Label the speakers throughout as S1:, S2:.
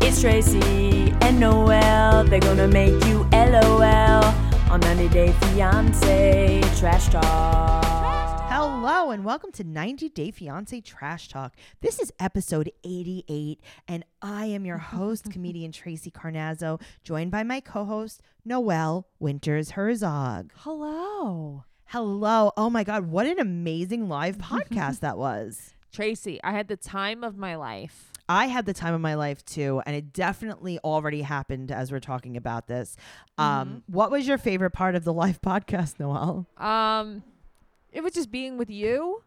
S1: It's Tracy and Noel. They're gonna make you LOL on 90 Day Fiance Trash Talk.
S2: Hello and welcome to 90 Day Fiance Trash Talk. This is episode 88, and I am your host, comedian Tracy Carnazzo, joined by my co host, Noelle Winters Herzog.
S3: Hello.
S2: Hello. Oh my God, what an amazing live podcast that was!
S3: Tracy, I had the time of my life.
S2: I had the time of my life too, and it definitely already happened as we're talking about this. Um, What was your favorite part of the live podcast, Noelle?
S3: Um it was just being with you.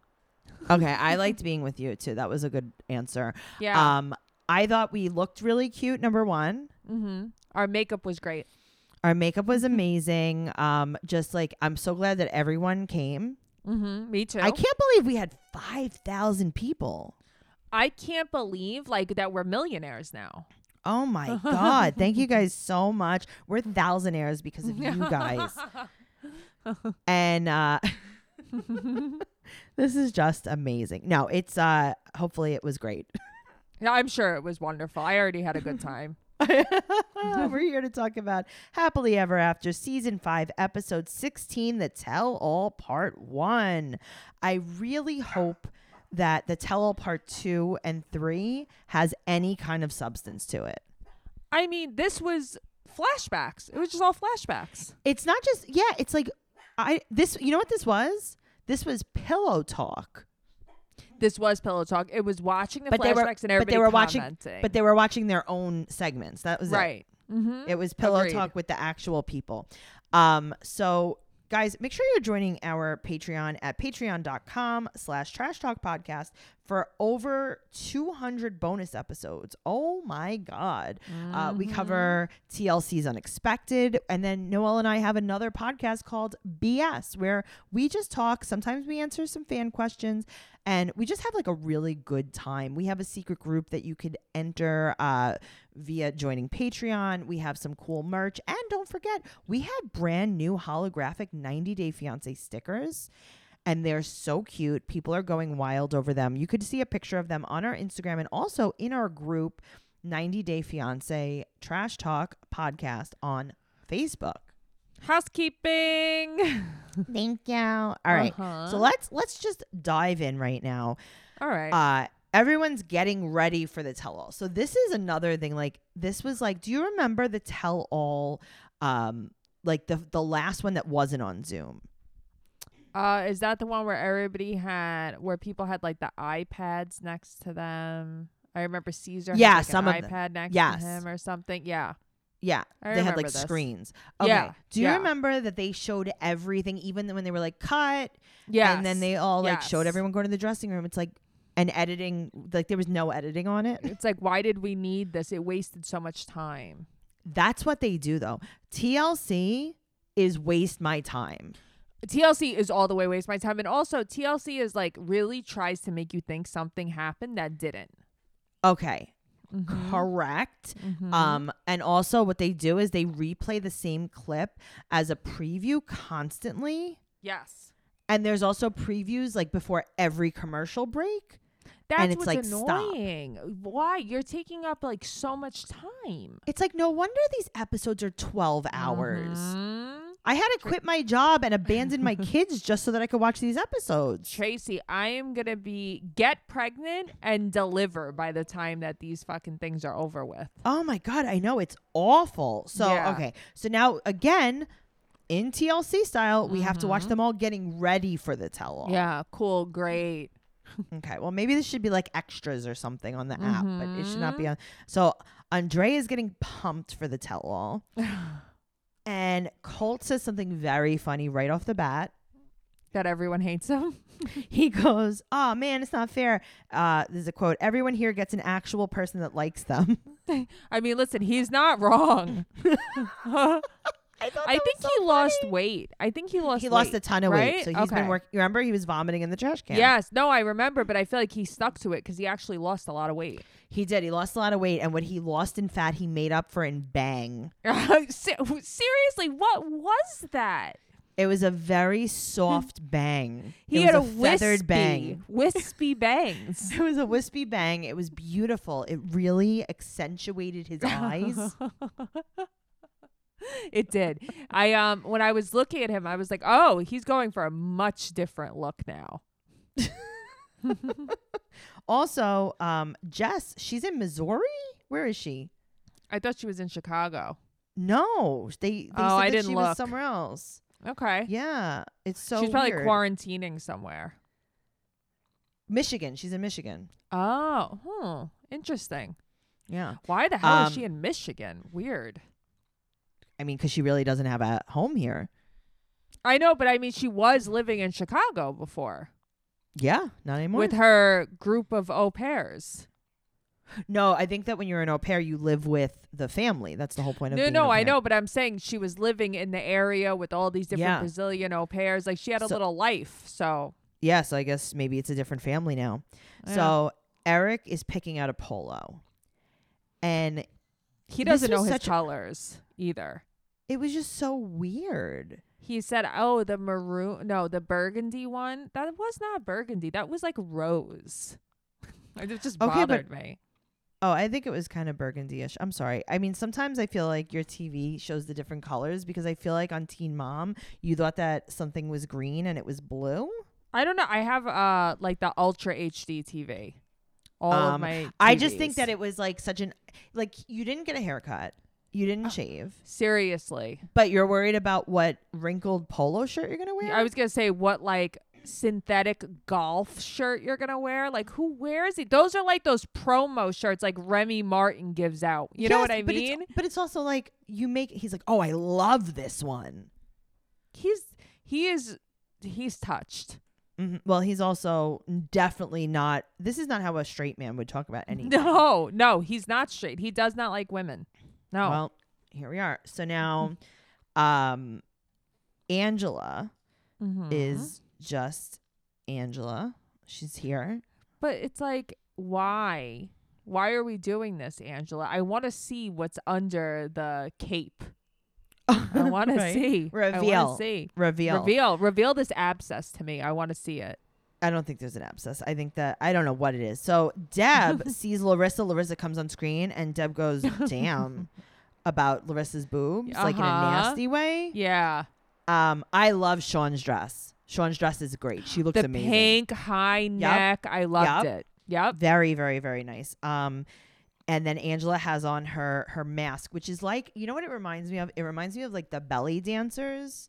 S2: Okay, I liked being with you too. That was a good answer.
S3: Yeah.
S2: Um, I thought we looked really cute. Number one,
S3: mhm. Our makeup was great.
S2: our makeup was amazing. Um, just like I'm so glad that everyone came.
S3: Mhm. Me too.
S2: I can't believe we had five thousand people.
S3: I can't believe like that we're millionaires now.
S2: Oh my god! Thank you guys so much. We're thousandaires because of you guys. and uh, this is just amazing. No, it's uh, hopefully it was great.
S3: Yeah, I'm sure it was wonderful. I already had a good time.
S2: We're here to talk about Happily Ever After, Season 5, Episode 16, The Tell All Part 1. I really hope that The Tell All Part 2 and 3 has any kind of substance to it.
S3: I mean, this was flashbacks. It was just all flashbacks.
S2: It's not just, yeah, it's like, I, this, you know what this was? This was pillow talk.
S3: This was pillow talk. It was watching the
S2: But
S3: flashbacks
S2: they were-
S3: and
S2: but
S3: everybody
S2: they were watching-
S3: commenting.
S2: But they were watching their own segments. That was it.
S3: right. Mhm.
S2: It was pillow
S3: Agreed.
S2: talk with the actual people. Um, so guys, make sure you're joining our Patreon at patreon.com slash trash talk podcast for over 200 bonus episodes. Oh my God. Uh, we cover TLC's Unexpected. And then Noel and I have another podcast called BS where we just talk. Sometimes we answer some fan questions and we just have like a really good time. We have a secret group that you could enter uh, via joining Patreon. We have some cool merch. And don't forget, we have brand new holographic 90 Day Fiance stickers. And they're so cute. People are going wild over them. You could see a picture of them on our Instagram and also in our group, 90 Day Fiance Trash Talk Podcast on Facebook.
S3: Housekeeping.
S2: Thank you. All right. So
S3: Uh-huh.
S2: let's let's just dive in right now.
S3: all right.
S2: Uh, everyone's getting ready for the tell all. So this is another thing. Like this was like, do you remember the tell all? Um, like the the last one that wasn't on Zoom.
S3: Uh, is that the one where everybody had where people had like the iPads next to them? I remember Caesar.
S2: Yeah,
S3: had, like,
S2: some
S3: an
S2: of them.
S3: iPad next
S2: Yes.
S3: to him or something. Yeah,
S2: Yeah,
S3: I
S2: they had like
S3: remember this.
S2: screens.
S3: Yeah,
S2: Do you
S3: yeah.
S2: remember that they showed everything, even when they were like cut,
S3: yeah.
S2: and then they all like showed
S3: yes.
S2: everyone going to the dressing room. It's like and editing, like there was no editing on it.
S3: It's like, why did we need this? It wasted so much time.
S2: That's what they do though. TLC is waste my time.
S3: TLC is all the way waste my time, and also TLC is like really tries to make you think something happened that didn't.
S2: Okay,
S3: Mm-hmm.
S2: correct.
S3: Uh,
S2: Um, and also what they do is they replay the same clip as a preview constantly.
S3: Yes,
S2: And there's also previews like before every commercial break.
S3: that's
S2: it's
S3: what's
S2: like, stop.
S3: annoying. Why you're taking up like so much time?
S2: It's like no wonder these episodes are 12 hours.
S3: Mhm.
S2: I had to quit my job and abandon my kids just so that I could watch these episodes.
S3: Tracy, I am gonna be get pregnant and deliver by the time that these fucking things are over with.
S2: Oh my god, I know it's awful. So,
S3: Yeah.
S2: okay. So now again, in TLC style, we have to watch them all getting ready for the tell all.
S3: Yeah, cool, great.
S2: Okay. Well, maybe this should be like extras or something on the app, but it should not
S3: Mm-hmm.
S2: be on. So Andre is getting pumped for the tell all. and Colt says something very funny right off the bat.
S3: That everyone hates them.
S2: He goes, Oh man, it's not fair. Uh, there's a quote Everyone here gets an actual person that likes them.
S3: I mean, listen, he's not wrong. I
S2: I, thought that
S3: think
S2: was so
S3: he lost
S2: funny.
S3: weight. I think he lost.
S2: He lost
S3: weight,
S2: a ton of weight.
S3: right?
S2: So he's been
S3: Okay.
S2: working. Remember, he was vomiting in the trash can.
S3: Yes, no, I remember, but I feel like he stuck to it because he actually lost a lot of weight.
S2: He did. He lost a lot of weight. And what he lost in fat, he made up for in bang.
S3: Se- Seriously, what was that?
S2: It was a very soft bang.
S3: He
S2: it
S3: had a,
S2: was
S3: wispy,
S2: feathered bang.
S3: wispy bangs.
S2: It was a wispy bang. It was beautiful. It really accentuated his eyes.
S3: it did. I um when I was looking at him, I was like, oh, he's going for a much different look now.
S2: also, um, Jess, she's in Missouri. Where is she?
S3: I thought she was in Chicago.
S2: No, they. they
S3: Oh,
S2: said
S3: I
S2: that
S3: didn't
S2: she
S3: look.
S2: was somewhere else.
S3: Okay.
S2: Yeah, it's so.
S3: She's probably
S2: weird.
S3: quarantining somewhere.
S2: Michigan. She's in Michigan.
S3: Oh, hmm. Interesting.
S2: Yeah,
S3: Why the hell
S2: Um,
S3: is she in Michigan? Weird.
S2: I mean, because she really doesn't have a home here.
S3: I know, but I mean, she was living in Chicago before
S2: Yeah, not anymore.
S3: with her group of au pairs.
S2: no, I think that when you're an au pair, you live with the family. That's the whole point of.
S3: No,
S2: being
S3: no,
S2: an au
S3: I
S2: pair.
S3: know, but I'm saying she was living in the area with all these different
S2: Yeah.
S3: Brazilian au pairs. Like she had a
S2: So-
S3: little life. So,
S2: Yeah, so I guess maybe it's a different family now.
S3: Yeah.
S2: So Eric is picking out a polo, and
S3: he
S2: This
S3: doesn't know
S2: was
S3: his
S2: such a-
S3: colors either.
S2: it was just so weird.
S3: He said, "Oh, the maroon, no, the burgundy one. That was not burgundy. That was like rose." it just
S2: Okay, but-
S3: bothered me.
S2: Oh, I think it was kind of burgundy-ish. I'm sorry. I mean, sometimes I feel like your TV shows the different colors because I feel like on Teen Mom, you thought that something was green and it was blue.
S3: I don't know. I have uh like the ultra HD TV. All of
S2: Um,
S3: my.
S2: I just think
S3: TVs.
S2: that it was like such an like you didn't get a haircut, you didn't shave,
S3: seriously.
S2: but you're worried about what wrinkled polo shirt you're gonna wear.
S3: I was gonna say what like synthetic golf shirt you're gonna wear. Like who wears it? Those are like those promo shirts like Remy Martin gives out. You know
S2: Yes,
S3: what I
S2: but it's-
S3: mean?
S2: but it's also like you make. He's like, oh, I love this one.
S3: He's he is he's touched. Mm-hmm.
S2: Mhm. Well, he's also definitely not. This is not how a straight man would talk about anything.
S3: No, no, he's not straight. He does not like women. No.
S2: Well, here we are. So now, um, Angela
S3: Mhm.
S2: is just Angela. She's here.
S3: But it's like, why? Why are we doing this, Angela? I want to see what's under the cape. I want to
S2: Right.
S3: see. I want
S2: Reveal.
S3: to see.
S2: Reveal.
S3: Reveal. Reveal this abscess to me. I want to see it.
S2: I don't think there's an abscess. I think that I don't know what it is. So Deb sees Larissa. Larissa comes on screen, and Deb goes, "Damn." About Larissa's boobs, like in a
S3: Uh-huh.
S2: nasty way.
S3: Yeah.
S2: Um, I love Sean's dress. Sean's dress is great. She looks
S3: the
S2: amazing.
S3: pink high neck. I loved
S2: Yup.
S3: it. Yep.
S2: Very, very, very nice. Um, and then Angela has on her her mask, which is like you know what it reminds me of. It reminds me of like the belly dancers.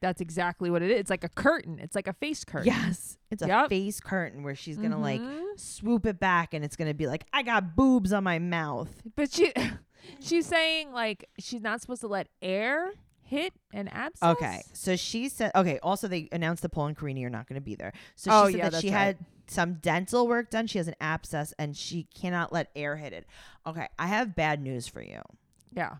S3: That's exactly what it is. It's like a curtain. It's like a face curtain.
S2: Yes, it's a
S3: Yup.
S2: face curtain where she's gonna like
S3: Mhm.
S2: swoop it back, and it's gonna be like I got boobs on my mouth.
S3: But she she's saying like she's not supposed to let air hit an abscess.
S2: Okay, so she said. Okay, also they announced that Paul and Carini are not going to be there. So she
S3: Oh,
S2: said
S3: yeah,
S2: that she
S3: that's right.
S2: had some dental work done. She has an abscess and she cannot let air hit it. Okay, I have bad news for you.
S3: Mm-hmm. Yeah.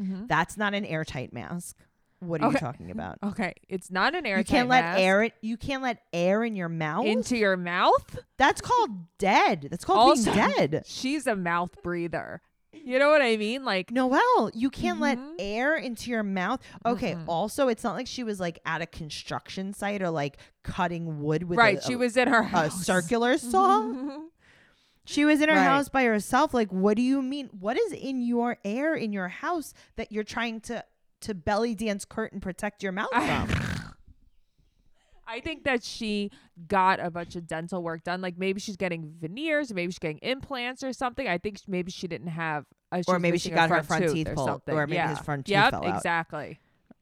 S3: Mhm.
S2: That's not an airtight mask. What are you
S3: Okay.
S2: talking about?
S3: Okay, it's not an air.
S2: you can't let air. It, you can't let air in your mouth.
S3: into your mouth.
S2: That's called dead. That's called
S3: Also-
S2: being dead.
S3: She's a mouth breather. You know what I mean? Like
S2: Noelle, you can't
S3: Mhm.
S2: let air into your mouth. Okay.
S3: Mm-mm.
S2: Also, it's not like she was like at a construction site or like cutting wood with
S3: right,
S2: a-
S3: she
S2: a-
S3: was in her
S2: a
S3: house.
S2: circular saw. She was in her
S3: Right.
S2: house by herself. Like, what do you mean? What is in your air in your house that you're trying to to belly dance curtain protect your mouth
S3: I-
S2: from?
S3: I think that she got a bunch of dental work done. Like maybe she's getting veneers, maybe she's getting implants or something. I think sh- maybe she didn't have. Uh, she
S2: Or
S3: was
S2: maybe
S3: missing
S2: she got her front
S3: tooth
S2: teeth
S3: or
S2: pulled,
S3: something.
S2: or maybe
S3: yeah.
S2: his front teeth
S3: yep,
S2: fell out.
S3: exactly.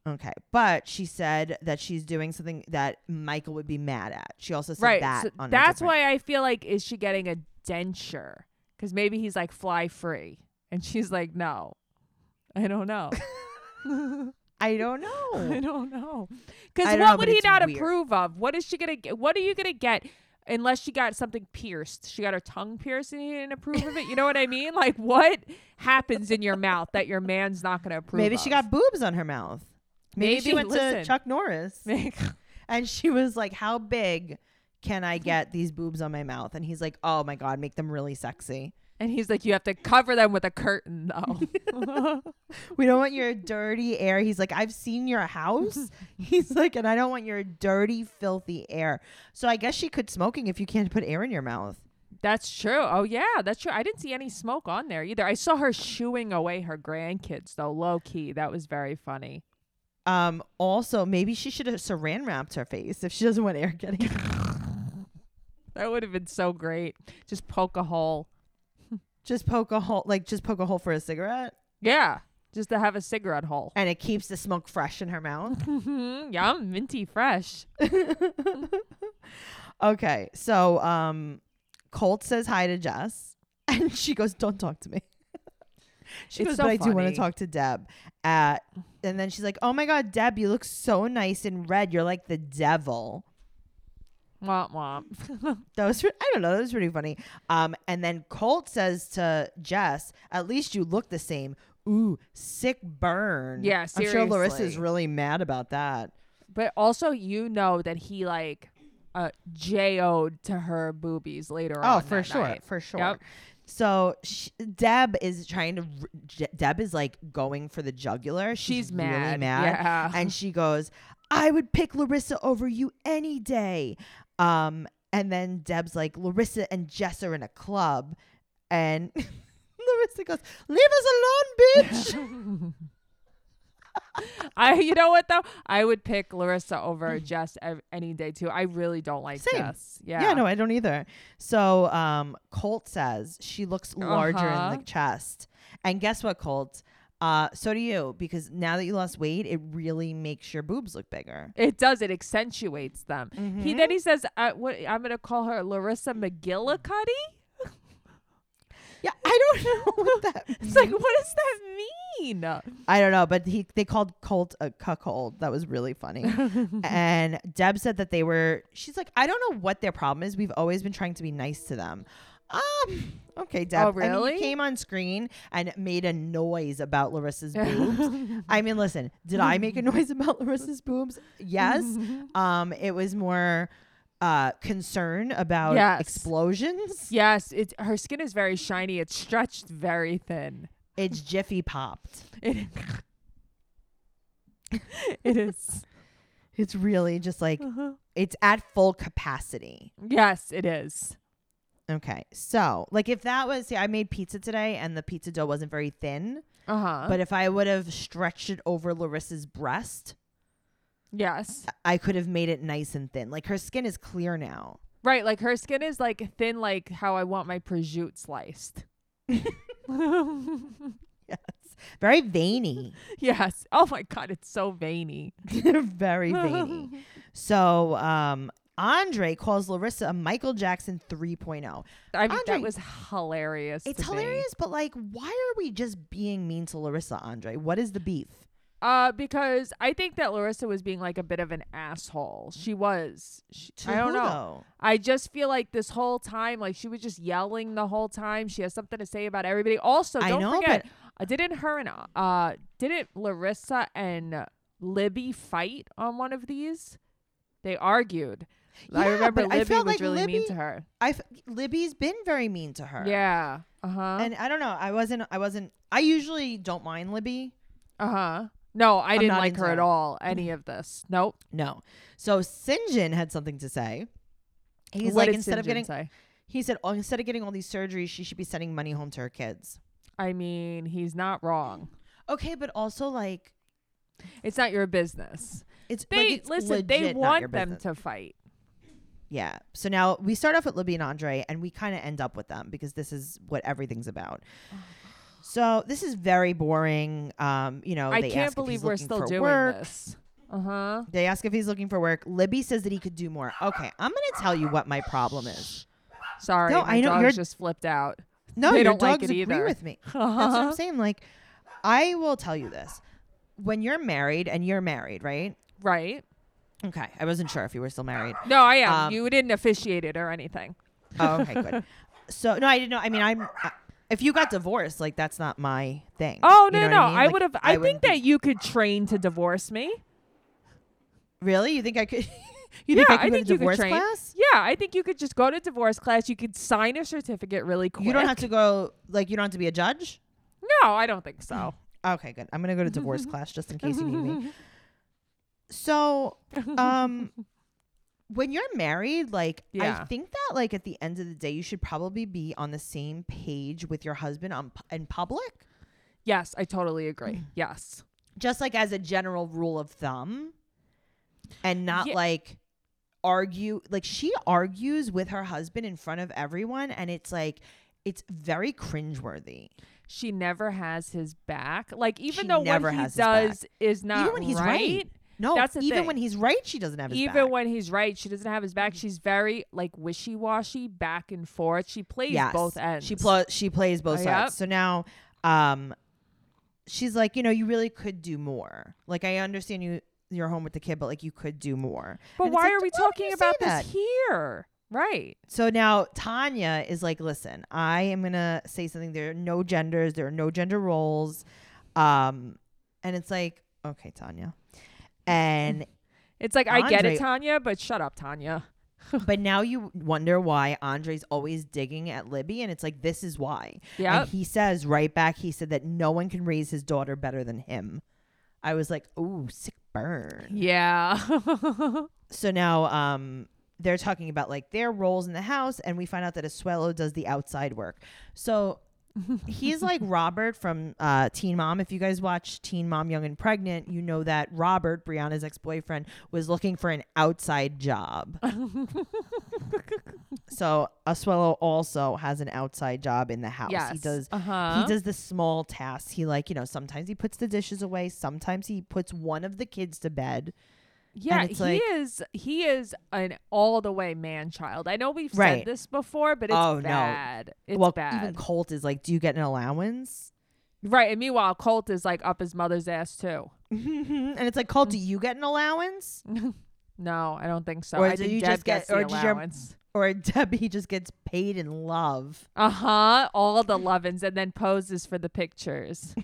S2: okay, but she said that she's doing something that Michael would be mad at. She also said
S3: right.
S2: that.
S3: so
S2: on a
S3: that's
S2: different-
S3: why I feel like is she getting a denture? Because maybe he's like fly free, and she's like, no, I don't know.
S2: I don't know.
S3: I don't know. Because
S2: I
S3: what
S2: don't know,
S3: would
S2: but
S3: he
S2: it's
S3: not
S2: weird.
S3: approve of? What is she gonna get? What are you gonna get? Unless she got something pierced, she got her tongue pierced, and he didn't approve of it. You know what I mean? Like, what happens in your mouth that your man's not going to approve?
S2: Maybe she
S3: of?
S2: got boobs on her mouth. Maybe, she
S3: Maybe,
S2: went
S3: listen.
S2: to Chuck Norris
S3: Maybe-
S2: and she was like, "How big can I get these boobs on my mouth?" And he's like, "Oh my god, make them really sexy."
S3: And he's like, you have to cover them with a curtain, though.
S2: We don't want your dirty air. He's like, I've seen your house. He's like, and I don't want your dirty, filthy air. So I guess she could smoking if you can't put air in your mouth.
S3: that's true. Oh, yeah, that's true. I didn't see any smoke on there either. I saw her shooing away her grandkids, though, low key. That was very funny.
S2: Um, also, maybe she should have saran wrapped her face if she doesn't want air getting.
S3: That would have been so great. Just poke a hole.
S2: just poke a hole, like just poke a hole for a cigarette,
S3: Yeah, just to have a cigarette hole.
S2: and it keeps the smoke fresh in her mouth.
S3: Mhm, Yum, minty fresh.
S2: okay, so um, Colt says hi to Jess, and she goes, "Don't talk to me." She
S3: It's
S2: goes,
S3: so
S2: but I do want to
S3: funny.
S2: talk to Deb. Uh, and then she's like, "Oh my God, Deb, you look so nice in red. You're like the devil."
S3: Womp womp.
S2: That was pre- I don't know. That was pretty funny. Um, and then Colt says to Jess, "At least you look the same." Ooh, sick burn.
S3: Yeah,
S2: I'm sure Larissa's
S3: seriously.
S2: really mad about that.
S3: but also, you know that he like uh, J.O.'d to her boobies later
S2: Oh,
S3: on.
S2: for
S3: that
S2: sure,
S3: night.
S2: for sure.
S3: Yep.
S2: So sh Deb is trying to. r- J- Deb is like going for the jugular. She's,
S3: She's
S2: really
S3: mad.
S2: mad.
S3: Yeah.
S2: and she goes, "I would pick Larissa over you any day." Um, and then Deb's like, "Larissa and Jess are in a club," and Larissa goes, "Leave us alone, bitch."
S3: I, you know what though? I would pick Larissa over Jess ev- any day too. I really don't like
S2: Mm. Same.
S3: Jess. Yeah.
S2: yeah. no, I don't either. So, um, Colt says she looks larger in
S3: Uh-huh.
S2: the chest, and guess what, Colt? Uh, so do you because now that you lost weight, it really makes your boobs look bigger.
S3: It does. It accentuates them. He
S2: Mm-hmm.
S3: then he says, uh, "What I'm going to call her Larissa McGillicuddy."
S2: Yeah, I don't know what that.
S3: It's like,
S2: Mm-hmm.
S3: what does that mean?
S2: I don't know, but he they called Colt a cuckold. That was really funny. and Deb said that they were. She's like, I don't know what their problem is. We've always been trying to be nice to them. Um. Okay, Deb.
S3: Oh,
S2: I mean,
S3: really?
S2: you came on screen and made a noise about Larissa's boobs. I mean, listen, did I make a noise about Larissa's boobs? Yes. Um. It was more uh concern about
S3: Yes.
S2: explosions.
S3: Yes, it's her skin is very shiny. It's stretched very thin.
S2: It's Jiffy popped.
S3: It, it is.
S2: It's really just like it's at full capacity.
S3: Yes, it is.
S2: Okay. So, like if that was, see, I made pizza today and the pizza dough wasn't very thin,
S3: Uh huh.
S2: but if I would have stretched it over Larissa's breast,
S3: yes,
S2: I could have made it nice and thin. Like her skin is clear now.
S3: right. Like her skin is like thin, like how I want my prosciutto sliced.
S2: Yes. Very veiny.
S3: yes. Oh my god, it's so veiny.
S2: very veiny. So, um, Andre calls Larissa a Michael Jackson 3.0.
S3: I mean,
S2: Andre,
S3: that was hilarious.
S2: It's
S3: to me.
S2: hilarious, but like, why are we just being mean to Larissa, Andre? What is the beef?
S3: Uh, because I think that Larissa was being like a bit of an asshole. She was. She,
S2: To
S3: I
S2: who,
S3: don't know.
S2: though?
S3: I just feel like this whole time, like she was just yelling the whole time. She has something to say about everybody. Also,
S2: I
S3: don't
S2: know,
S3: forget, uh, didn't her and uh, didn't Larissa and Libby fight on one of these? They argued. I
S2: Yeah,
S3: remember
S2: but I
S3: Libby
S2: felt
S3: was
S2: like
S3: really mean
S2: Libby-
S3: to her.
S2: I f- Libby's been very mean to her.
S3: Yeah. Uh huh.
S2: and I don't know. I wasn't. I wasn't. I usually don't mind Libby.
S3: Uh huh. No, I didn't
S2: not
S3: like her
S2: into
S3: at
S2: it.
S3: all. Any of this. Nope.
S2: No. So Sinjin had something to say. He's
S3: What
S2: like
S3: did
S2: instead of getting,
S3: Sinjin say?
S2: he said oh, instead of getting all these surgeries, she should be sending money home to her kids.
S3: I mean, he's not wrong.
S2: Okay, but also like
S3: It's not your business.
S2: it's
S3: They
S2: like, it's
S3: listen. They
S2: legit not your
S3: want them
S2: business.
S3: to fight.
S2: Yeah. So now we start off with Libby and Andre, and we kind of end up with them because this is what everything's about. So this is very boring. Um, you know,
S3: I
S2: they
S3: can't
S2: ask if he's
S3: believe we're
S2: looking
S3: still
S2: for
S3: doing
S2: work.
S3: this. Uh huh.
S2: They ask if he's looking for work. Libby says that he could do more. Okay, I'm gonna tell you what my problem is.
S3: Sorry,
S2: No,
S3: my
S2: I know,
S3: dog
S2: you're-
S3: just flipped out. Uh-huh.
S2: No,
S3: They
S2: your
S3: don't like
S2: dogs
S3: it
S2: agree
S3: either.
S2: with me. That's what I'm saying. Like, I will tell you this: when you're married, and you're married, right?
S3: Right?
S2: Okay, I wasn't sure if you were still married.
S3: No, I am.
S2: Um,
S3: you didn't officiate it or anything.
S2: Oh, okay, good. So no, I didn't know. I mean, I'm. I, if you got divorced, like that's not my thing.
S3: Oh
S2: You know
S3: no, no,
S2: what
S3: I,
S2: I, mean? Like,
S3: would have. I,
S2: wouldn't
S3: think
S2: be-
S3: that you could train to divorce me.
S2: really, you think I could? You think
S3: Yeah,
S2: I can
S3: I
S2: go
S3: think
S2: to
S3: you could
S2: divorce
S3: train.
S2: class?
S3: Yeah, I think you could just go to divorce class. You could sign a certificate really quick.
S2: You don't have to go like you don't have to be a judge.
S3: No, I don't think so.
S2: Okay, good. I'm gonna
S3: Mm-hmm,
S2: go to divorce class just in case you need me. So, um, when you're married, like I
S3: Yeah.
S2: think that like at the end of the day, you should probably be on the same page with your husband on pu- in public.
S3: Yes, I totally
S2: Mm.
S3: agree. Yes.
S2: just like as a general rule of thumb and not
S3: Yeah.
S2: like argue like she argues with her husband in front of everyone and it's like it's very cringeworthy
S3: She never has his back. Like even
S2: She
S3: though what
S2: never
S3: he
S2: has his back.
S3: does is not
S2: even when he's right,
S3: right
S2: no
S3: That's the
S2: even
S3: thing.
S2: when he's right she doesn't have his
S3: even
S2: back. Mm-hmm.
S3: when he's right, she doesn't have his back. She's very like wishy washy, back and forth. She plays
S2: yes.
S3: both ends.
S2: she pl- she plays both
S3: Oh,
S2: sides
S3: yep.
S2: so now um she's like you know you really could do more like i understand you you're home with the kid but like you could do more
S3: But
S2: And it's
S3: why
S2: like,
S3: are we
S2: "Why would you
S3: talking
S2: say
S3: about this
S2: that?"
S3: here? Right.
S2: So now Tanya is like, listen, I am gonna say something. There are no genders. There are no gender roles. Um, and it's like, okay, Tanya. And
S3: It's like I get
S2: Andre-
S3: it, Tanya, but shut up, Tanya.
S2: but now you wonder why Andre's always digging at Libby, and it's like this is why.
S3: Yep.
S2: And he says right back, he said that no one can raise his daughter better than him. I was like, ooh, sick burn.
S3: Yeah.
S2: so now um they're talking about like their roles in the house and we find out that Asuelo does the outside work. So he's like Robert from uh, Teen Mom. If you guys watch Teen Mom Young and Pregnant, you know that Robert, Brianna's ex boyfriend, was looking for an outside job. so Asuelo also has an outside job in the house.
S3: yes.
S2: He does
S3: Uh-huh.
S2: he does the small tasks. He like, you know, sometimes he puts the dishes away, sometimes he puts one of the kids to bed.
S3: Yeah,
S2: it's
S3: he
S2: like-
S3: is he is an all the way man child. I know we've
S2: Right.
S3: said this before, but it's
S2: Oh, no.
S3: bad. It's
S2: well,
S3: bad.
S2: even Colt is like, "Do you get an allowance?"
S3: right. And meanwhile, Colt is like up his mother's ass too.
S2: and it's like, "Colt, do you get an allowance?"
S3: Mm. No, I don't think so.
S2: Or
S3: I
S2: do
S3: think
S2: you
S3: Deb
S2: just get-
S3: gets the
S2: or did your-
S3: allowance.
S2: Or Debbie just gets paid in love.
S3: Uh huh. All the lovin's and then poses for the pictures.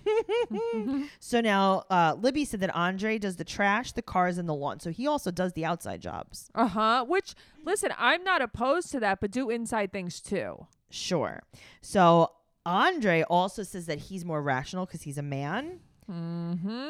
S2: So now, uh, Libby said that Andre does the trash, the cars, and the lawn. So he also does the outside jobs.
S3: Uh huh. Which listen, I'm not opposed to that, but do inside things too.
S2: Sure. So Andre also says that he's more rational because he's a man.
S3: Mm-hmm.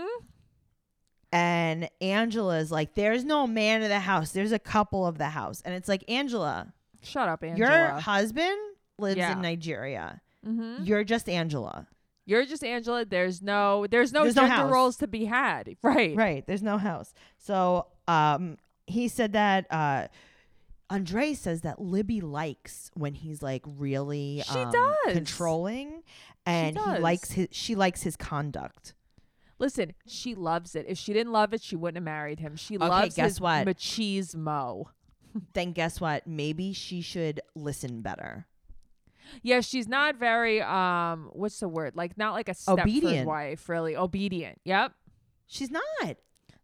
S2: And Angela is like, "There's no man of the house. There's a couple of the house." And it's like, Angela,
S3: Shut up,
S2: your
S3: Angela.
S2: husband lives
S3: Yeah.
S2: in Nigeria.
S3: mm-hmm.
S2: You're just Angela.
S3: You're just Angela. There's no there's no
S2: There's no
S3: gender
S2: house.
S3: roles to be had. Right.
S2: Right. There's no house. So um, he said that uh, Andre says that Libby likes when he's like really
S3: She
S2: um,
S3: does.
S2: controlling, and he
S3: does.
S2: likes his she likes his conduct.
S3: Listen, she loves it. If she didn't love it, she wouldn't have married him. She
S2: Okay,
S3: loves
S2: guess
S3: his
S2: what?
S3: machismo.
S2: Then guess what? Maybe she should listen better.
S3: Yeah, she's not very um what's the word? Like not like a Stepford
S2: Obedient.
S3: wife, really. Obedient. Yep.
S2: She's not.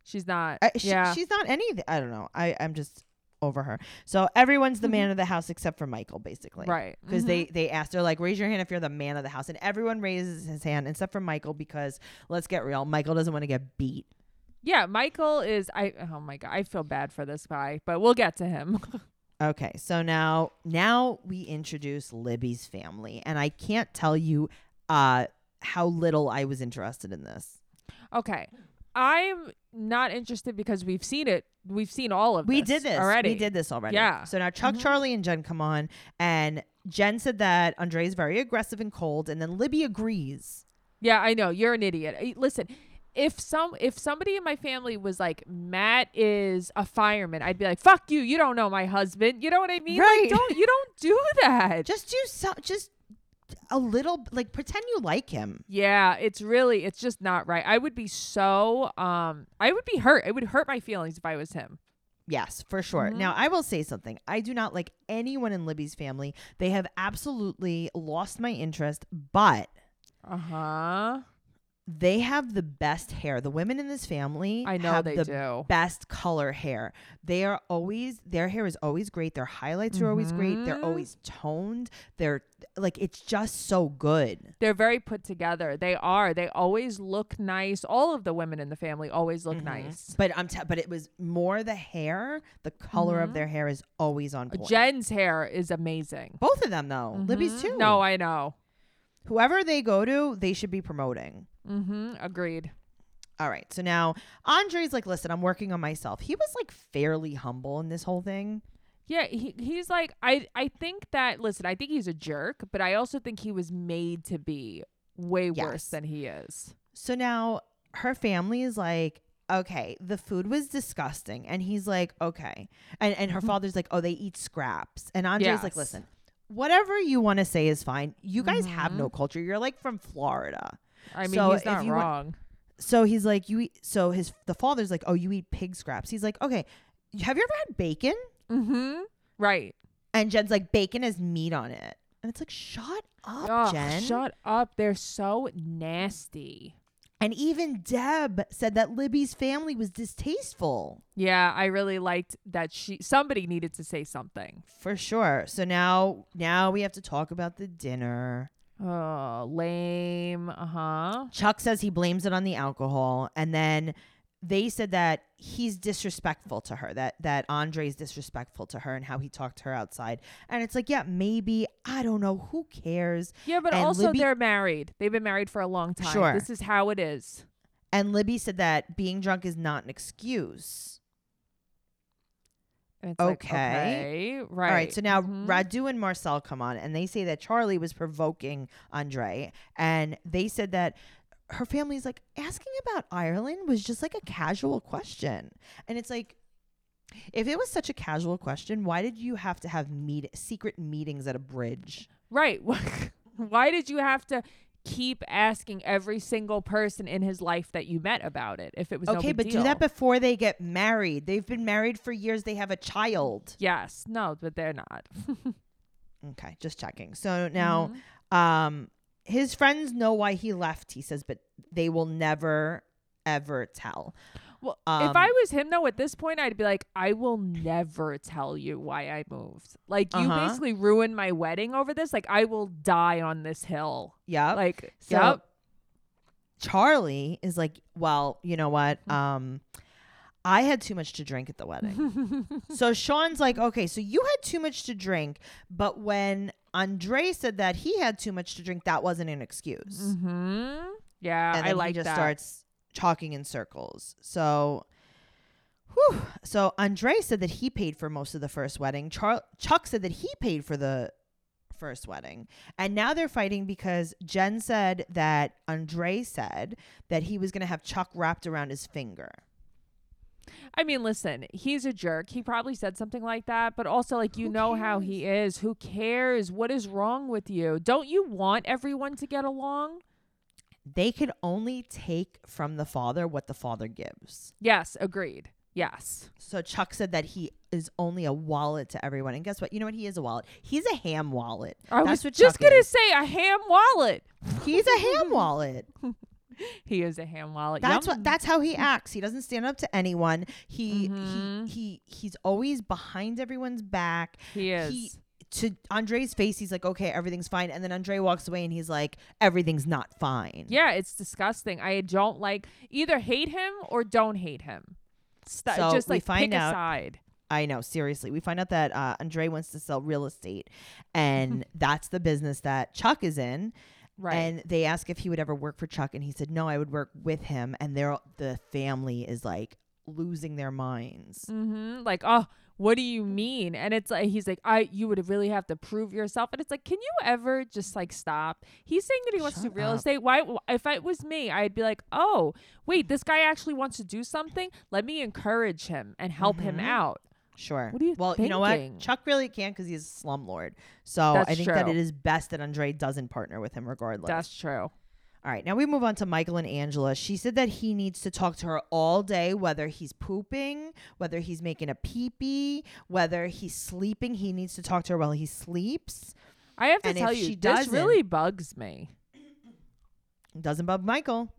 S3: She's not.
S2: I, Uh, she,
S3: yeah.
S2: She's not anything. I don't know. I I'm just over her. So everyone's the man of the house except for Michael, basically.
S3: Mm-hmm. right.
S2: because
S3: Mhm.
S2: they they asked they're like raise your hand if you're the man of the house and everyone raises his hand except for michael because let's get real michael doesn't want to get beat
S3: Yeah, Michael is I oh my god, I feel bad for this guy, but we'll get to him.
S2: okay so now now we introduce libby's family and i can't tell you uh how little i was interested in this
S3: okay. I'm not interested because we've seen it. We've seen all of
S2: we
S3: this
S2: did this
S3: already.
S2: we did this already
S3: Yeah.
S2: so now chuck charlie and jen come on and jen said that andre is very aggressive and cold and then libby agrees
S3: Yeah, I know. You're an idiot. I- Listen, if some if somebody in my family was like Matt is a fireman, I'd be like, "Fuck you. You don't know my husband." You know what I mean?
S2: Right.
S3: Like don't you don't do that.
S2: just do so just a little like pretend you like him
S3: yeah, it's really it's just not right. I would be so um I would be hurt. It would hurt my feelings if I was him.
S2: Yes, for sure.
S3: Mm-hmm.
S2: Now, I will say something. I do not like anyone in Libby's family. They have absolutely lost my interest, but
S3: Uh-huh.
S2: They have the best hair. The women in this family
S3: I know
S2: have
S3: they
S2: the
S3: do.
S2: best color hair. They are always their hair is always great. Their highlights are always great. They're
S3: Mhm.
S2: always toned. They're like it's just so good.
S3: They're very put together. They are. They always look nice. All of the women in the family always
S2: Mm-hmm.
S3: look nice.
S2: But I'm t- but it was more the hair. The color of
S3: Mm-hmm.
S2: their hair is always on point.
S3: Jen's hair is amazing.
S2: Both of them though. Libby's
S3: Mhm.
S2: too.
S3: No, I know.
S2: Whoever they go to, they should be promoting.
S3: Mm-hmm. Agreed.
S2: All right. So now Andre's like, listen, I'm working on myself. He was like fairly humble in this whole thing.
S3: Yeah, he, he's like I I think that listen, I think he's a jerk, but I also think he was made to be way worse
S2: Yes.
S3: than he is.
S2: So now her family is like, okay, the food was disgusting. And he's like, okay. And and her father's like, oh, they eat scraps. And Andre's
S3: Mm-hmm. Yes.
S2: like, listen, whatever you want to say is fine. You guys have
S3: Mhm.
S2: no culture. You're like from Florida.
S3: I mean,
S2: So
S3: he's
S2: if
S3: not
S2: you want-
S3: wrong.
S2: So he's like, you eat so his the father's like, oh, you eat pig scraps. He's like, okay, have you ever had bacon?
S3: mm-hmm. Right.
S2: And Jen's like, bacon has meat on it. And it's like, shut up,
S3: Ugh,
S2: Jen.
S3: Shut up. They're so nasty.
S2: And even Deb said that Libby's family was distasteful.
S3: Yeah, I really liked that she somebody needed to say something.
S2: For sure. So now now we have to talk about the dinner.
S3: Oh, lame. Uh-huh.
S2: Chuck says he blames it on the alcohol and then they said that he's disrespectful to her, that that Andre's disrespectful to her and how he talked to her outside. And it's like, yeah, maybe, I don't know, who cares?
S3: Yeah, but
S2: And
S3: also
S2: Libby-
S3: they're married. They've been married for a long time.
S2: Sure.
S3: This is how it is.
S2: And Libby said that being drunk is not an excuse.
S3: And it's like,
S2: Okay.
S3: okay, right.
S2: All right, so now
S3: Mhm.
S2: Radu and Marcel come on, and they say that Charlie was provoking Andre, and they said that her family's like asking about Ireland was just like a casual question, and it's like. If it was such a casual question, why did you have to have meet secret meetings at a bridge?
S3: Mm-hmm. Right. Why did you have to keep asking every single person in his life that you met about it if it was no
S2: okay,
S3: big
S2: but do
S3: deal?
S2: that before they get married. They've been married for years. They have a child.
S3: Yes. No, but they're not. Mm-hmm.
S2: Okay, just checking. So now, um, his friends know why he left. He says, but they will never ever tell.
S3: Well, if
S2: Um,
S3: I was him though, at this point, I'd be like, I will never tell you why I moved. Like you
S2: Uh-huh.
S3: basically ruined my wedding over this. Like I will die on this hill.
S2: Yep.
S3: Like
S2: So-
S3: yep.
S2: Charlie is like, well, you know what? Um, I had too much to drink at the wedding. so Sean's like, okay, so you had too much to drink, but when Andre said that he had too much to drink, that wasn't an excuse.
S3: Hmm. Yeah,
S2: and
S3: I
S2: then
S3: like
S2: he just
S3: that.
S2: starts talking in circles. So, whew. so Andre said that he paid for most of the first wedding. Char- Chuck said that he paid for the first wedding, and now they're fighting because Jen said that Andre said that he was going to have Chuck wrapped around his finger.
S3: I mean, listen, he's a jerk. He probably said something like that, but also, like, you know how he is. Who cares? What is wrong with you? Don't you want everyone to get along?
S2: They could only take from the father what the father gives.
S3: Yes, agreed. Yes.
S2: So Chuck said that he is only a wallet to everyone, and guess what? You know what? He is a wallet. He's a ham wallet.
S3: I
S2: That's
S3: was
S2: what
S3: just
S2: Chuck
S3: gonna
S2: is.
S3: say a ham wallet.
S2: He's a ham wallet.
S3: He is a ham wallet.
S2: That's
S3: Yum.
S2: what that's how he acts. He doesn't stand up to anyone. He
S3: Mhm.
S2: he he he's always behind everyone's back.
S3: he is.
S2: to Andre's face, he's like, "Okay, everything's fine," and then Andre walks away and he's like, "Everything's not fine."
S3: yeah, it's disgusting. I don't like either hate him or don't hate him. St-
S2: So
S3: just
S2: we
S3: like
S2: find
S3: pick
S2: out-
S3: a side.
S2: I know. Seriously, we find out that uh, Andre wants to sell real estate, and that's the business that Chuck is in.
S3: Right.
S2: And they ask if he would ever work for Chuck, and he said, "No, I would work with him." And they're the family is like losing their minds.
S3: hmm Like, oh, what do you mean? And it's like he's like, I you would really have to prove yourself. And it's like, can you ever just like stop? He's saying that he wants to
S2: Shut
S3: do real
S2: up.
S3: estate. Why? wh- If it was me, I'd be like, oh, wait, this guy actually wants to do something. Let me encourage him and help him
S2: Mhm.
S3: out.
S2: Sure.
S3: What are you
S2: Well, you know
S3: thinking?
S2: what? Chuck really can't because he's a slumlord. So I
S3: That's
S2: think that
S3: true.
S2: it is best that Andre doesn't partner with him regardless.
S3: That's true.
S2: all right. Now we move on to Michael and Angela. She said that he needs to talk to her all day, whether he's pooping, whether he's making a pee pee, whether he's sleeping. He needs to talk to her while he sleeps.
S3: I have to
S2: And if
S3: tell you,
S2: she
S3: this
S2: doesn't-
S3: really bugs me.
S2: Doesn't bug Michael.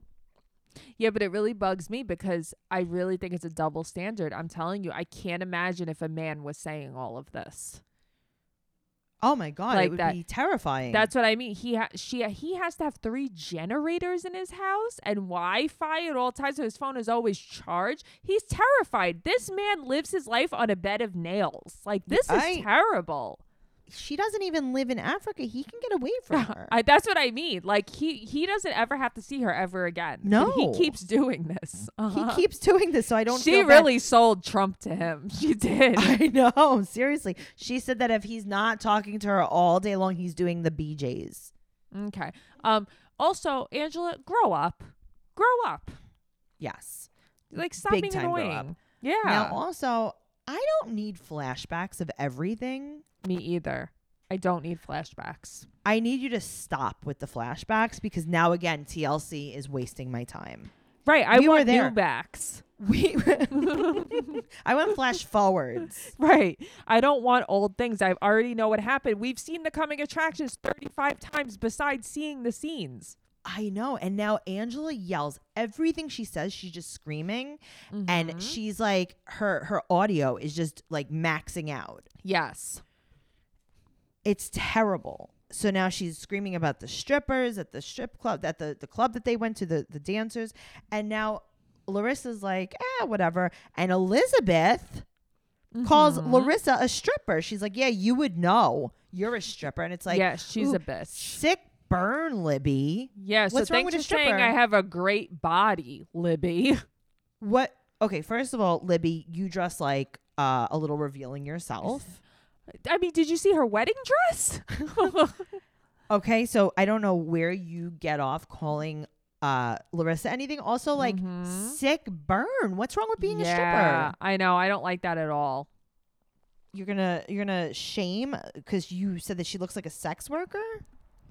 S3: Yeah, but it really bugs me because I really think it's a double standard. I'm telling you, I can't imagine if a man was saying all of this.
S2: Oh my god,
S3: Like
S2: it would
S3: that.
S2: be terrifying.
S3: That's what I mean. He ha- she he has to have three generators in his house and Wi-Fi at all times, so his phone is always charged. He's terrified. This man lives his life on a bed of nails. Like this
S2: I-
S3: is terrible.
S2: she doesn't even live in Africa. He can get away from her.
S3: I, that's what I mean. Like he he doesn't ever have to see her ever again. And
S2: No.
S3: he keeps doing
S2: he
S3: this. Uh-huh.
S2: keeps doing this, so I don't.
S3: she
S2: feel bad.
S3: really sold Trump to him. She did.
S2: I know. Seriously, she said that if he's not talking to her all day long, he's doing the BJ's.
S3: okay. Um. Also, Angela, grow up. Grow up.
S2: Yes.
S3: Like stop
S2: Big
S3: being
S2: time grow up.
S3: annoying. Yeah.
S2: Now, also, I don't need flashbacks of everything.
S3: Me either. I don't need flashbacks.
S2: I need you to stop with the flashbacks because now again, TLC is wasting my time.
S3: Right. I
S2: We were
S3: want
S2: there.
S3: new backs.
S2: We, I want flash forwards.
S3: Right. I don't want old things. I already know what happened. We've seen the coming attractions 35 times besides seeing the scenes.
S2: I know. And now Angela yells everything she says. She's just screaming, and she's like, her her audio is just like maxing out.
S3: Yes.
S2: It's terrible. So now she's screaming about the strippers at the strip club, at the, the club that they went to, the, the dancers. And now Larissa's like, ah, whatever. And Elizabeth calls Larissa a stripper. She's like, yeah, you would know. You're a stripper. And it's like,
S3: yeah, she's
S2: "Ooh,
S3: a bitch.
S2: Sick burn, Libby.
S3: Yeah, so
S2: what's wrong
S3: thanks
S2: with a
S3: for saying
S2: stripper?
S3: I have a great body, Libby.
S2: What? Okay, first of all, Libby, you dress like uh, a little revealing yourself.
S3: I mean, did you see her wedding dress?
S2: Okay, so I don't know where you get off calling uh Larissa anything. Also, like sick burn. What's wrong with being
S3: Mm-hmm. yeah,
S2: a stripper?
S3: I know. I don't like that at all.
S2: You're gonna you're gonna shame because you said that she looks like a sex worker.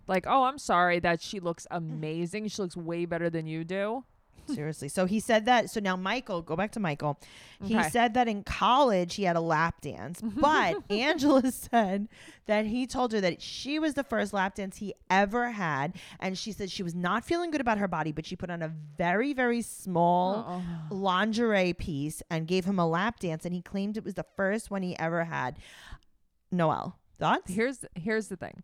S3: Like, oh, I'm sorry that she looks amazing. She looks way better than you do.
S2: Seriously. So he said that. So now Michael, go back to Michael. He
S3: Okay.
S2: said that in college he had a lap dance, but Angela said that he told her that she was the first lap dance he ever had. And she said she was not feeling good about her body, but she put on a very, very
S3: Uh-uh.
S2: small lingerie piece and gave him a lap dance. And he claimed it was the first one he ever had. Noel, thoughts?
S3: Here's here's the thing.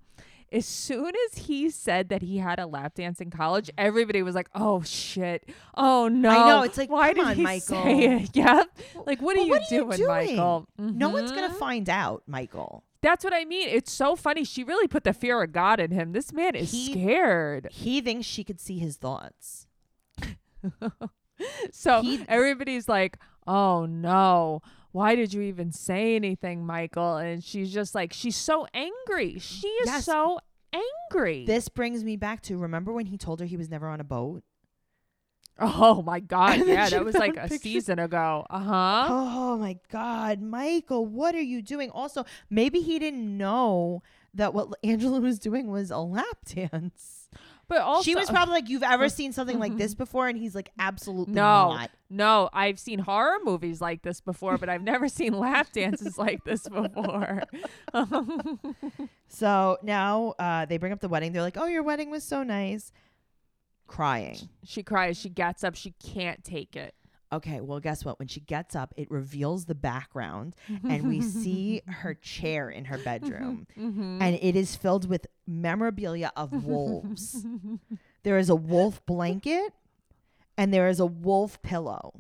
S3: As soon as he said that he had a lap dance in college, everybody was like, "Oh shit! Oh no!"
S2: it's like,
S3: why
S2: come
S3: did
S2: on,
S3: he
S2: Michael."
S3: say it? Yeah, like what,
S2: But
S3: are, you doing, Michael?
S2: No one's
S3: Mhm.
S2: gonna find out, Michael.
S3: That's what I mean. It's so funny. She really put the fear of God in him. This man is
S2: He-
S3: scared.
S2: He thinks she could see his thoughts.
S3: So
S2: he-
S3: everybody's like, "Oh no." Why did you even say anything, Michael? And she's just like, she's so angry. She is
S2: Yes.
S3: so angry.
S2: This brings me back to remember when he told her he was never on a boat?
S3: Oh my god,
S2: And then
S3: yeah,
S2: she
S3: that was like
S2: found
S3: a
S2: pictures.
S3: season ago. Uh huh.
S2: Oh my God, Michael, what are you doing? Also, maybe he didn't know that what Angela was doing was a lap dance.
S3: But also,
S2: she was probably like, You've ever seen something like this before? And he's like, Absolutely
S3: no,
S2: not.
S3: no. I've seen horror movies like this before, but I've never seen lap dances like this before. Um,
S2: So now uh, they bring up the wedding. They're like, Oh, your wedding was so nice. Crying.
S3: she cries. She gets up. She can't take it.
S2: Okay, well, guess what? When she gets up, it reveals the background, and we see her chair in her bedroom, and it is filled with memorabilia of wolves. there is a wolf blanket, and there is a wolf pillow.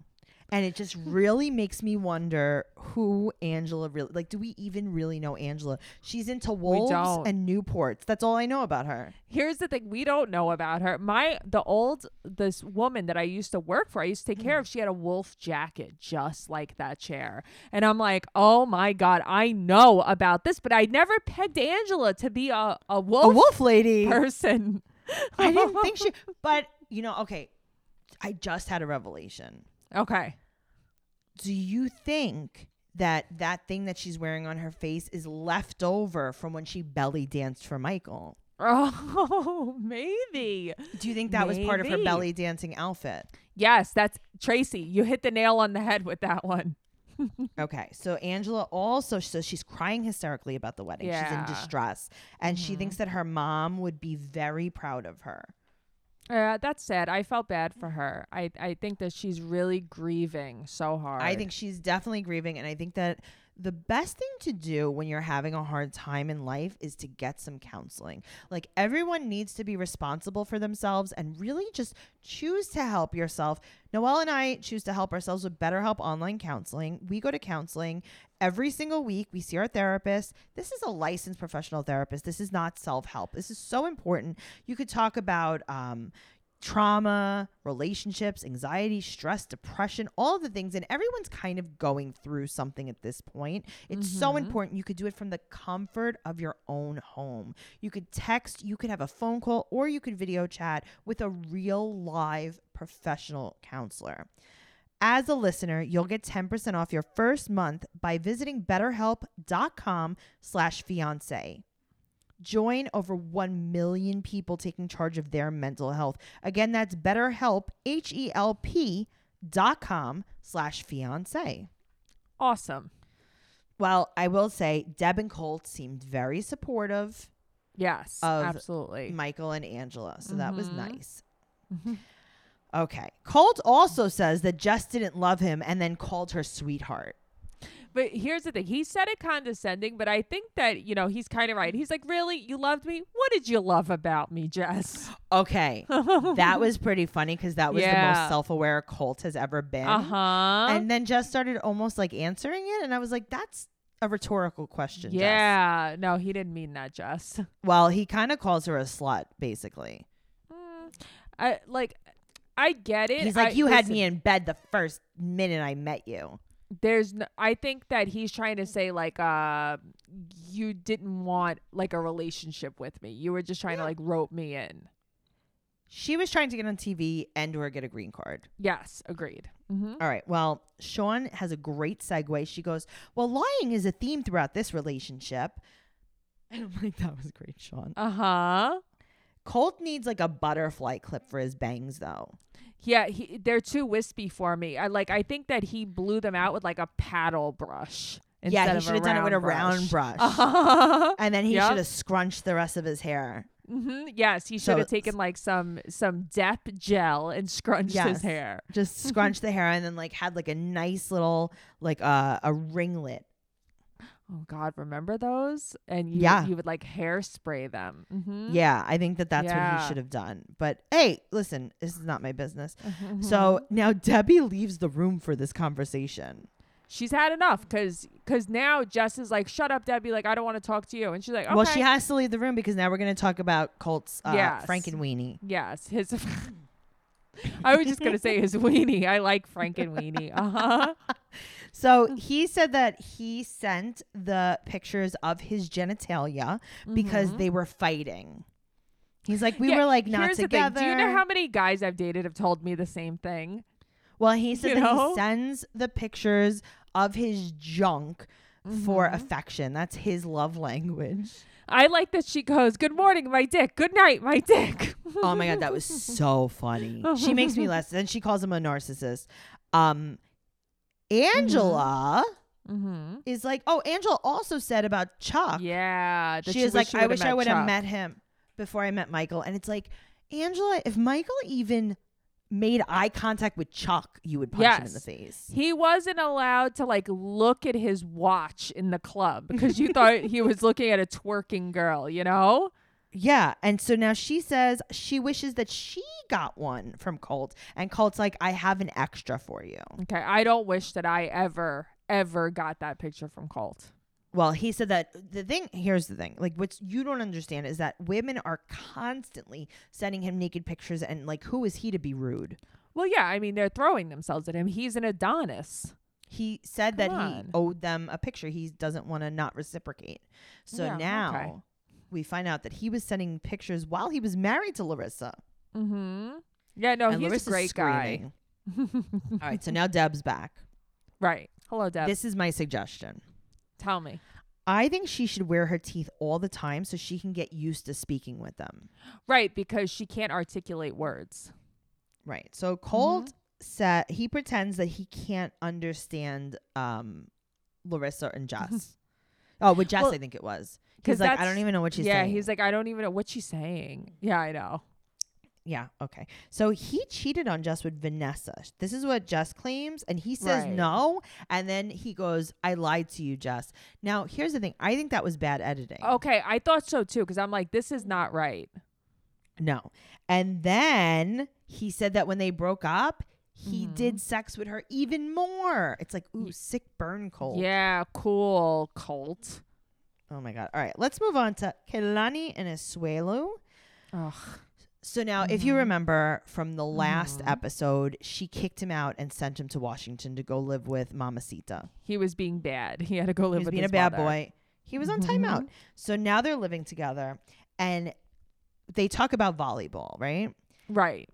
S2: And it just really makes me wonder who Angela really like. Do we even really know Angela? She's into wolves
S3: don't.
S2: and Newports. That's all I know about her.
S3: Here's the thing we don't know about her. My the old this woman that I used to work for, I used to take
S2: Mm.
S3: care of, she had a wolf jacket just like that chair. And I'm like, "Oh my god, I know about this, but I never pegged Angela to be a a wolf,
S2: A wolf lady.
S3: person."
S2: I didn't think she. But you know, okay. I just had a revelation.
S3: Okay.
S2: do you think that that thing that she's wearing on her face is left over from when she belly danced for Michael?
S3: Oh, maybe.
S2: Do you think that was part of her
S3: Maybe.
S2: belly dancing outfit?
S3: Yes, that's Tracy. You hit the nail on the head with that one.
S2: Okay, so Angela also so she's crying hysterically about the wedding. She's in
S3: Yeah. Mm-hmm.
S2: distress, and she thinks that her mom would be very proud of her.
S3: Uh, that's sad. I felt bad for her. I, I think that she's really grieving so hard.
S2: I think she's definitely grieving. And I think that the best thing to do when you're having a hard time in life is to get some counseling. Like everyone needs to be responsible for themselves and really just choose to help yourself. Noelle and I choose to help ourselves with BetterHelp online counseling. We go to counseling every single week. We see our therapist. This is a licensed professional therapist. This is not self help. This is so important. You could talk about, um, trauma, relationships, anxiety, stress, depression, all of the things. And everyone's kind of going through something at this point. It's so important. You could do it from the comfort of your own home. You could text, you could have a phone call, or you could video chat with a real live professional counselor. As a listener, you'll get 10% off your first month by visiting betterhelp.com slash fiance. Join over 1 million people taking charge of their mental health. Again, that's BetterHelp, H-E-L-P dot com slash fiance.
S3: awesome.
S2: Well, I will say Deb and Colt seemed very supportive,
S3: Yes,
S2: Of
S3: absolutely.
S2: Michael and Angela, so that was nice.
S3: Mhm.
S2: Okay. Colt also says that Jess didn't love him and then called her sweetheart.
S3: But here's the thing. He said it condescending, but I think that, you know, he's kind of right. He's like, really? You loved me? What did you love about me, Jess?
S2: Okay. that was pretty funny because that was the
S3: Yeah.
S2: most self-aware Colt has ever been.
S3: Uh huh.
S2: and then Jess started almost like answering it, and I was like, "That's a rhetorical question." Jess."
S3: yeah. No, he didn't mean that, Jess.
S2: Well, he kind of calls her a slut, basically.
S3: Mm, I, like, I get it.
S2: He's like,
S3: I-
S2: "You had
S3: listen,
S2: me in bed the first minute I met you."
S3: there's no, I think that he's trying to say like uh you didn't want like a relationship with me. You were just trying to like rope me in.
S2: She was trying to get on TV and or get a green card.
S3: Yes, agreed. Mm-hmm.
S2: All right. Well, Sean has a great segue. She goes, "Well, lying is a theme throughout this relationship." And I'm like, "That was great, Sean."
S3: Uh
S2: Uh-huh.
S3: huh.
S2: Colt needs like a butterfly clip for his bangs, though.
S3: Yeah, he, they're too wispy for me. I like. I think that he blew them out with like a paddle brush.
S2: Yeah,
S3: instead
S2: he
S3: of
S2: should have done it with a round brush.
S3: Uh-huh.
S2: And then he
S3: Yep.
S2: should have scrunched the rest of his hair.
S3: Mhm. Yes, he should
S2: So
S3: have
S2: it's-
S3: taken like some some dep gel and scrunched
S2: Yes.
S3: his hair.
S2: just scrunched the hair and then like had like a nice little like uh, a ringlet.
S3: Oh God, remember those? And you,
S2: Yeah.
S3: you would like hairspray them. Mm-hmm.
S2: Yeah, I think that that's what he
S3: Yeah.
S2: should have done. But hey, listen, this is not my business.
S3: Mm-hmm.
S2: So now Debbie leaves the room for this conversation.
S3: she's had enough because because now Jess is like, shut up, Debbie. Like, I don't want to talk to you. And she's like, okay.
S2: Well, she has to leave the room because now we're going to talk about Colt's uh,
S3: Yes.
S2: Frankenweenie.
S3: yes, his. I was just gonna say his weenie. I like Frank and Weenie. Uh huh. Mm-hmm.
S2: So he said that he sent the pictures of his genitalia because they were fighting. He's like, we
S3: Mm-hmm. Yeah,
S2: were like not
S3: here's the
S2: together.
S3: thing. Do you know how many guys I've dated have told me the same thing?
S2: Well, he said
S3: You
S2: that he
S3: know?
S2: sends the pictures of his junk for
S3: Mm-hmm.
S2: affection. That's his love language.
S3: I like that she goes, "Good morning, my dick. Good night, my dick."
S2: oh my god, that was so funny. She makes me laugh. Then she calls him a narcissist. Um, Angela
S3: mm-hmm.
S2: is like, oh, Angela also said about Chuck.
S3: Yeah, that
S2: she is like,
S3: she
S2: I wish I would have
S3: Chuck."
S2: met him before I met Michael. And it's like, Angela, if Michael even made eye contact with Chuck, you would punch him in the
S3: Yes.
S2: face.
S3: He wasn't allowed to like look at his watch in the club because you thought he was looking at a twerking girl, you know?
S2: Yeah. And so now she says she wishes that she got one from Colt. And Colt's like, I have an extra for you.
S3: Okay, I don't wish that I ever ever got that picture from Colt.
S2: Well, he said that the thing, here's the thing. Like, what you don't understand is that women are constantly sending him naked pictures. And, like, who is he to be rude?
S3: Well, yeah, I mean they're throwing themselves at him. He's an Adonis.
S2: He said that
S3: Come
S2: he
S3: on.
S2: owed them a picture. He doesn't want to not reciprocate. So
S3: Yeah, okay.
S2: now we find out that he was sending pictures while he was married to Larissa.
S3: Mhm. Yeah, no,
S2: and
S3: he's
S2: Larissa's
S3: a great
S2: screaming.
S3: guy.
S2: All right. So now Deb's back.
S3: right. Hello, Deb.
S2: This is my suggestion.
S3: Tell me.
S2: I think she should wear her teeth all the time so she can get used to speaking with them.
S3: Right, because she can't articulate words.
S2: Right. So Colt
S3: Mm-hmm.
S2: said he pretends that he can't understand um Larissa and Jess. oh, with Jess,
S3: Well,
S2: I think it was. He's
S3: 'cause
S2: like, I
S3: that's-
S2: don't even know what she's
S3: yeah,
S2: saying.
S3: he's like, I don't even know what she's saying. Yeah, I know.
S2: Yeah. Okay. So he cheated on Jess with Vanessa. This is what Jess claims. And he says
S3: Right.
S2: no. And then he goes, I lied to you, Jess. Now, here's the thing I think that was bad editing.
S3: Okay, I thought so too because I'm like, this is not right.
S2: No. And then he said that when they broke up, he
S3: Mm-hmm.
S2: did sex with her even more. It's like, ooh, sick burn cold.
S3: Yeah, cool, cult.
S2: Oh my God. All right. Let's move on to Kelani and Asuelu.
S3: Ugh. Mm-hmm.
S2: So now, if you remember from the last episode, she kicked him out and sent him to Washington to go live with Mamacita.
S3: He was being bad. He had to go
S2: He
S3: live
S2: was
S3: with
S2: being a
S3: his
S2: bad
S3: mother. Mm-hmm.
S2: boy. He was on timeout. So now they're living together and they talk about volleyball, right?
S3: Right.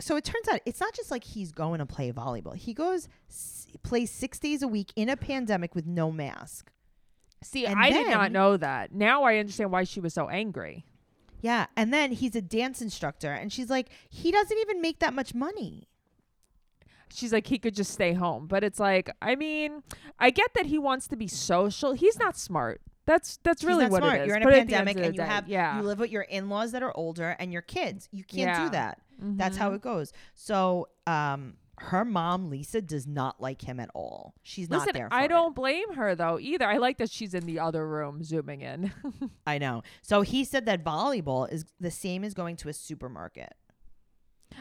S2: so it turns out it's not just like he's going to play volleyball. He goes s- plays six days a week in a pandemic with no mask.
S3: See,
S2: And
S3: I did not
S2: then-
S3: know that. Now I understand why she was so angry.
S2: Yeah, and then he's a dance instructor, and she's like, he doesn't even make that much money.
S3: She's like, he could just stay home. But it's like, I mean, I get that he wants to be social. He's not smart. That's that's
S2: He's
S3: really
S2: not
S3: what
S2: smart.
S3: it is.
S2: You're in a
S3: But at the end
S2: pandemic,
S3: of the
S2: and you
S3: day,
S2: have
S3: yeah.
S2: you live with your in laws that are older and your kids. You can't
S3: Yeah.
S2: do that. That's
S3: Mm-hmm.
S2: how it goes. So, um, her mom Lisa does not like him at all. She's not
S3: Listen,
S2: there. For
S3: I
S2: it.
S3: don't blame her though either. I like that she's in the other room zooming in.
S2: I know. So he said that volleyball is the same as going to a supermarket.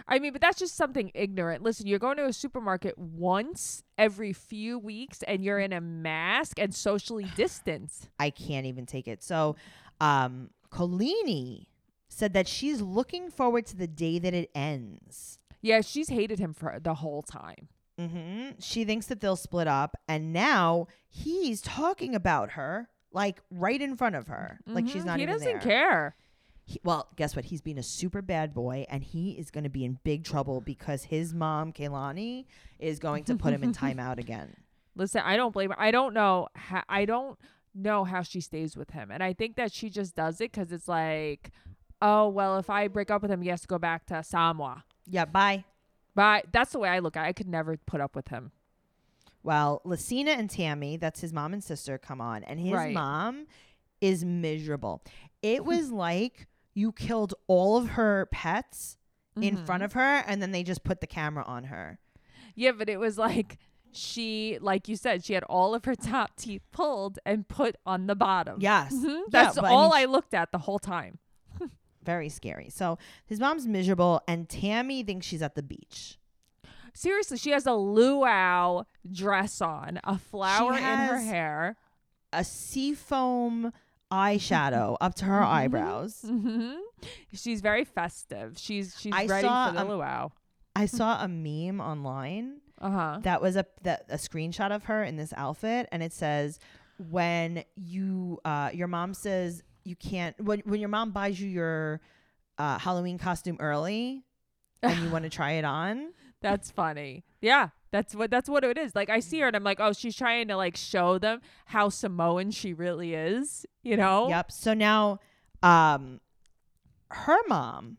S3: I mean, but that's just something ignorant. Listen, you're going to a supermarket once every few weeks and you're in a mask and socially distanced.
S2: I can't even take it. So, um, Colini said that she's looking forward to the day that it ends.
S3: Yeah, she's hated him for the whole time. Mm-hmm.
S2: hmm She thinks that they'll split up, and now he's talking about her like right in front of her, like she's
S3: Mhm.
S2: not
S3: He
S2: even
S3: doesn't
S2: there.
S3: care.
S2: He- well, guess what? He's being a super bad boy, and he is going to be in big trouble because his mom, Kaylani, is going to put him in timeout again.
S3: Listen, I don't blame her. I don't know. How, I don't know how she stays with him, and I think that she just does it because it's like, oh well, if I break up with him, he has to go back to Samoa.
S2: Yeah, bye.
S3: But that's the way I look at. it. I could never put up with him.
S2: Well, Lucina and Tammy, that's his mom and sister, come on. And his
S3: Right.
S2: mom is miserable. It was like you killed all of her pets
S3: Mm-hmm.
S2: in front of her and then they just put the camera on her.
S3: Yeah, but it was like she, like you said, she had all of her top teeth pulled and put on the bottom.
S2: Yes.
S3: Mhm.
S2: Yeah,
S3: That's
S2: but I mean,
S3: all
S2: she-
S3: I looked at the whole time.
S2: Very scary. So his mom's miserable and Tammy thinks she's at the beach.
S3: Seriously, she has a luau dress on, a flower in her
S2: has-
S3: hair.
S2: A seafoam eyeshadow up to
S3: Mm-hmm.
S2: her eyebrows.
S3: hmm She's very festive. She's she's
S2: Mm-hmm. I
S3: ready
S2: saw,
S3: for the
S2: um,
S3: luau.
S2: I saw a meme online
S3: Uh huh.
S2: that was a that, a screenshot of her in this outfit and it says when you uh your mom says you can't when, when your mom buys you your uh, halloween costume early and you want to try it on
S3: That's funny. Yeah, that's what that's what it is. Like I see her and I'm like, oh, she's trying to like show them how Samoan she really is. You know?
S2: yep so now um her mom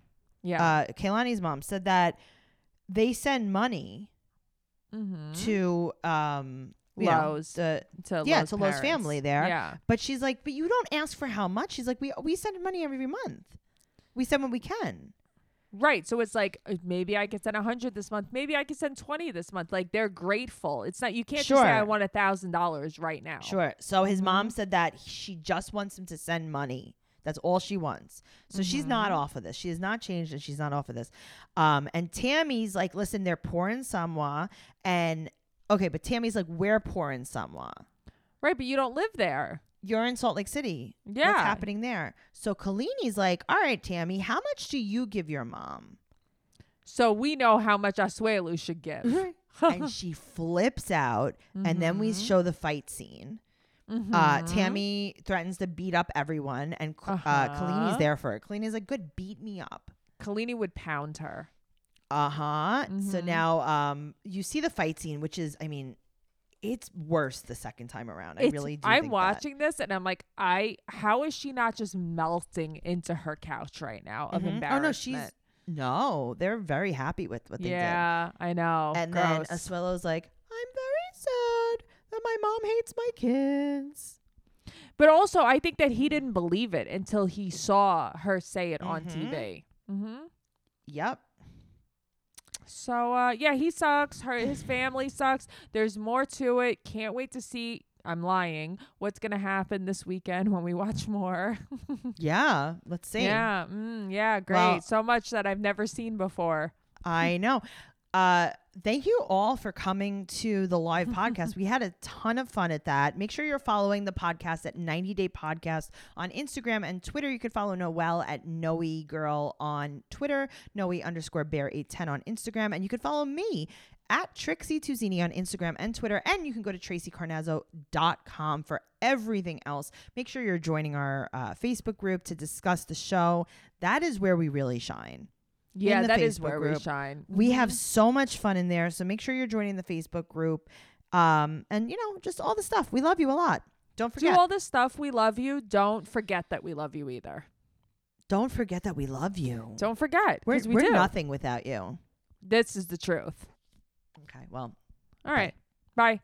S3: Yeah.
S2: uh kaylani's mom said that they send money
S3: mm-hmm.
S2: to um you know,
S3: Lowe's.
S2: the-
S3: To
S2: yeah
S3: Lo's
S2: to Lowe's
S3: parents.
S2: family there
S3: Yeah.
S2: But she's like, but you don't ask for how much. She's like, we we send money every month. We send what we can.
S3: Right. So it's like uh, maybe I could send a hundred this month. Maybe I could send twenty this month. Like they're grateful. It's not you can't just say I
S2: Sure.
S3: want a thousand dollars right now.
S2: Sure. So his mom said that she just wants him to send money. That's all she wants. So she's not off of this. She has not changed, and she's not off of this. Um, and Tammy's like, listen, they're poor in Samoa, and okay, but Tammy's like, we're poor in Samoa.
S3: Right, but you don't live there.
S2: You're in Salt Lake City.
S3: Yeah.
S2: What's happening there? So Kalini's like, all right, Tammy, how much do you give your mom?
S3: So we know how much Asuelu should give. Mm-hmm.
S2: and she flips out and then we show the fight scene uh, tammy threatens to beat up everyone and K- uh
S3: Uh-huh.
S2: kalini's there for it kalini's like good beat me up
S3: Kalini would pound her.
S2: uh-huh so
S3: Mm-hmm.
S2: now um you see the fight scene which is i mean it's worse the second time around i
S3: It's-
S2: really do
S3: I'm
S2: think that.
S3: watching this and I'm like, I how is she not just melting into her couch right now of
S2: Mhm. oh
S3: embarrassment?
S2: no she's no they're very happy with what they
S3: yeah, I know.
S2: did and
S3: Gross.
S2: then Asuelo's like i'm very sad that my mom hates my kids
S3: but also, I
S2: Mm-hmm.
S3: think that he didn't believe it until he saw her say it on TV. hmm
S2: Yep.
S3: So uh, yeah, he sucks. Her his family sucks. There's more to it. Can't wait to see. I'm lying. What's gonna happen this weekend when we watch more?
S2: Yeah. Let's see.
S3: Yeah, mm, yeah, great.
S2: Well-
S3: so much that I've never seen before.
S2: I know. Uh, thank you all for coming to the live podcast. We had a ton of fun at that. Make sure you're following the podcast at 90 Day Podcast on Instagram and Twitter. You can follow Noelle at Noe Girl on Twitter, Noe underscore Bear 810 on Instagram, and you can follow me at Trixie Tuzini on Instagram and Twitter. And you can go to tracycarnazzo.com for everything else. Make sure you're joining our uh, Facebook group to discuss the show. That is where we really shine.
S3: Yeah,
S2: the
S3: that is
S2: Facebook
S3: where we
S2: group.
S3: shine. Mm-hmm.
S2: We have so much fun in there. So make sure you're joining the Facebook group. Um, and you know, just all the stuff. We love you a lot. Don't
S3: do
S2: forget.
S3: all this stuff. We love you. Don't forget that we love you either.
S2: don't forget that we love you.
S3: Don't forget
S2: we're
S3: because we
S2: we're
S3: do.
S2: nothing without you.
S3: This is the truth.
S2: Okay. Well,
S3: All right, bye.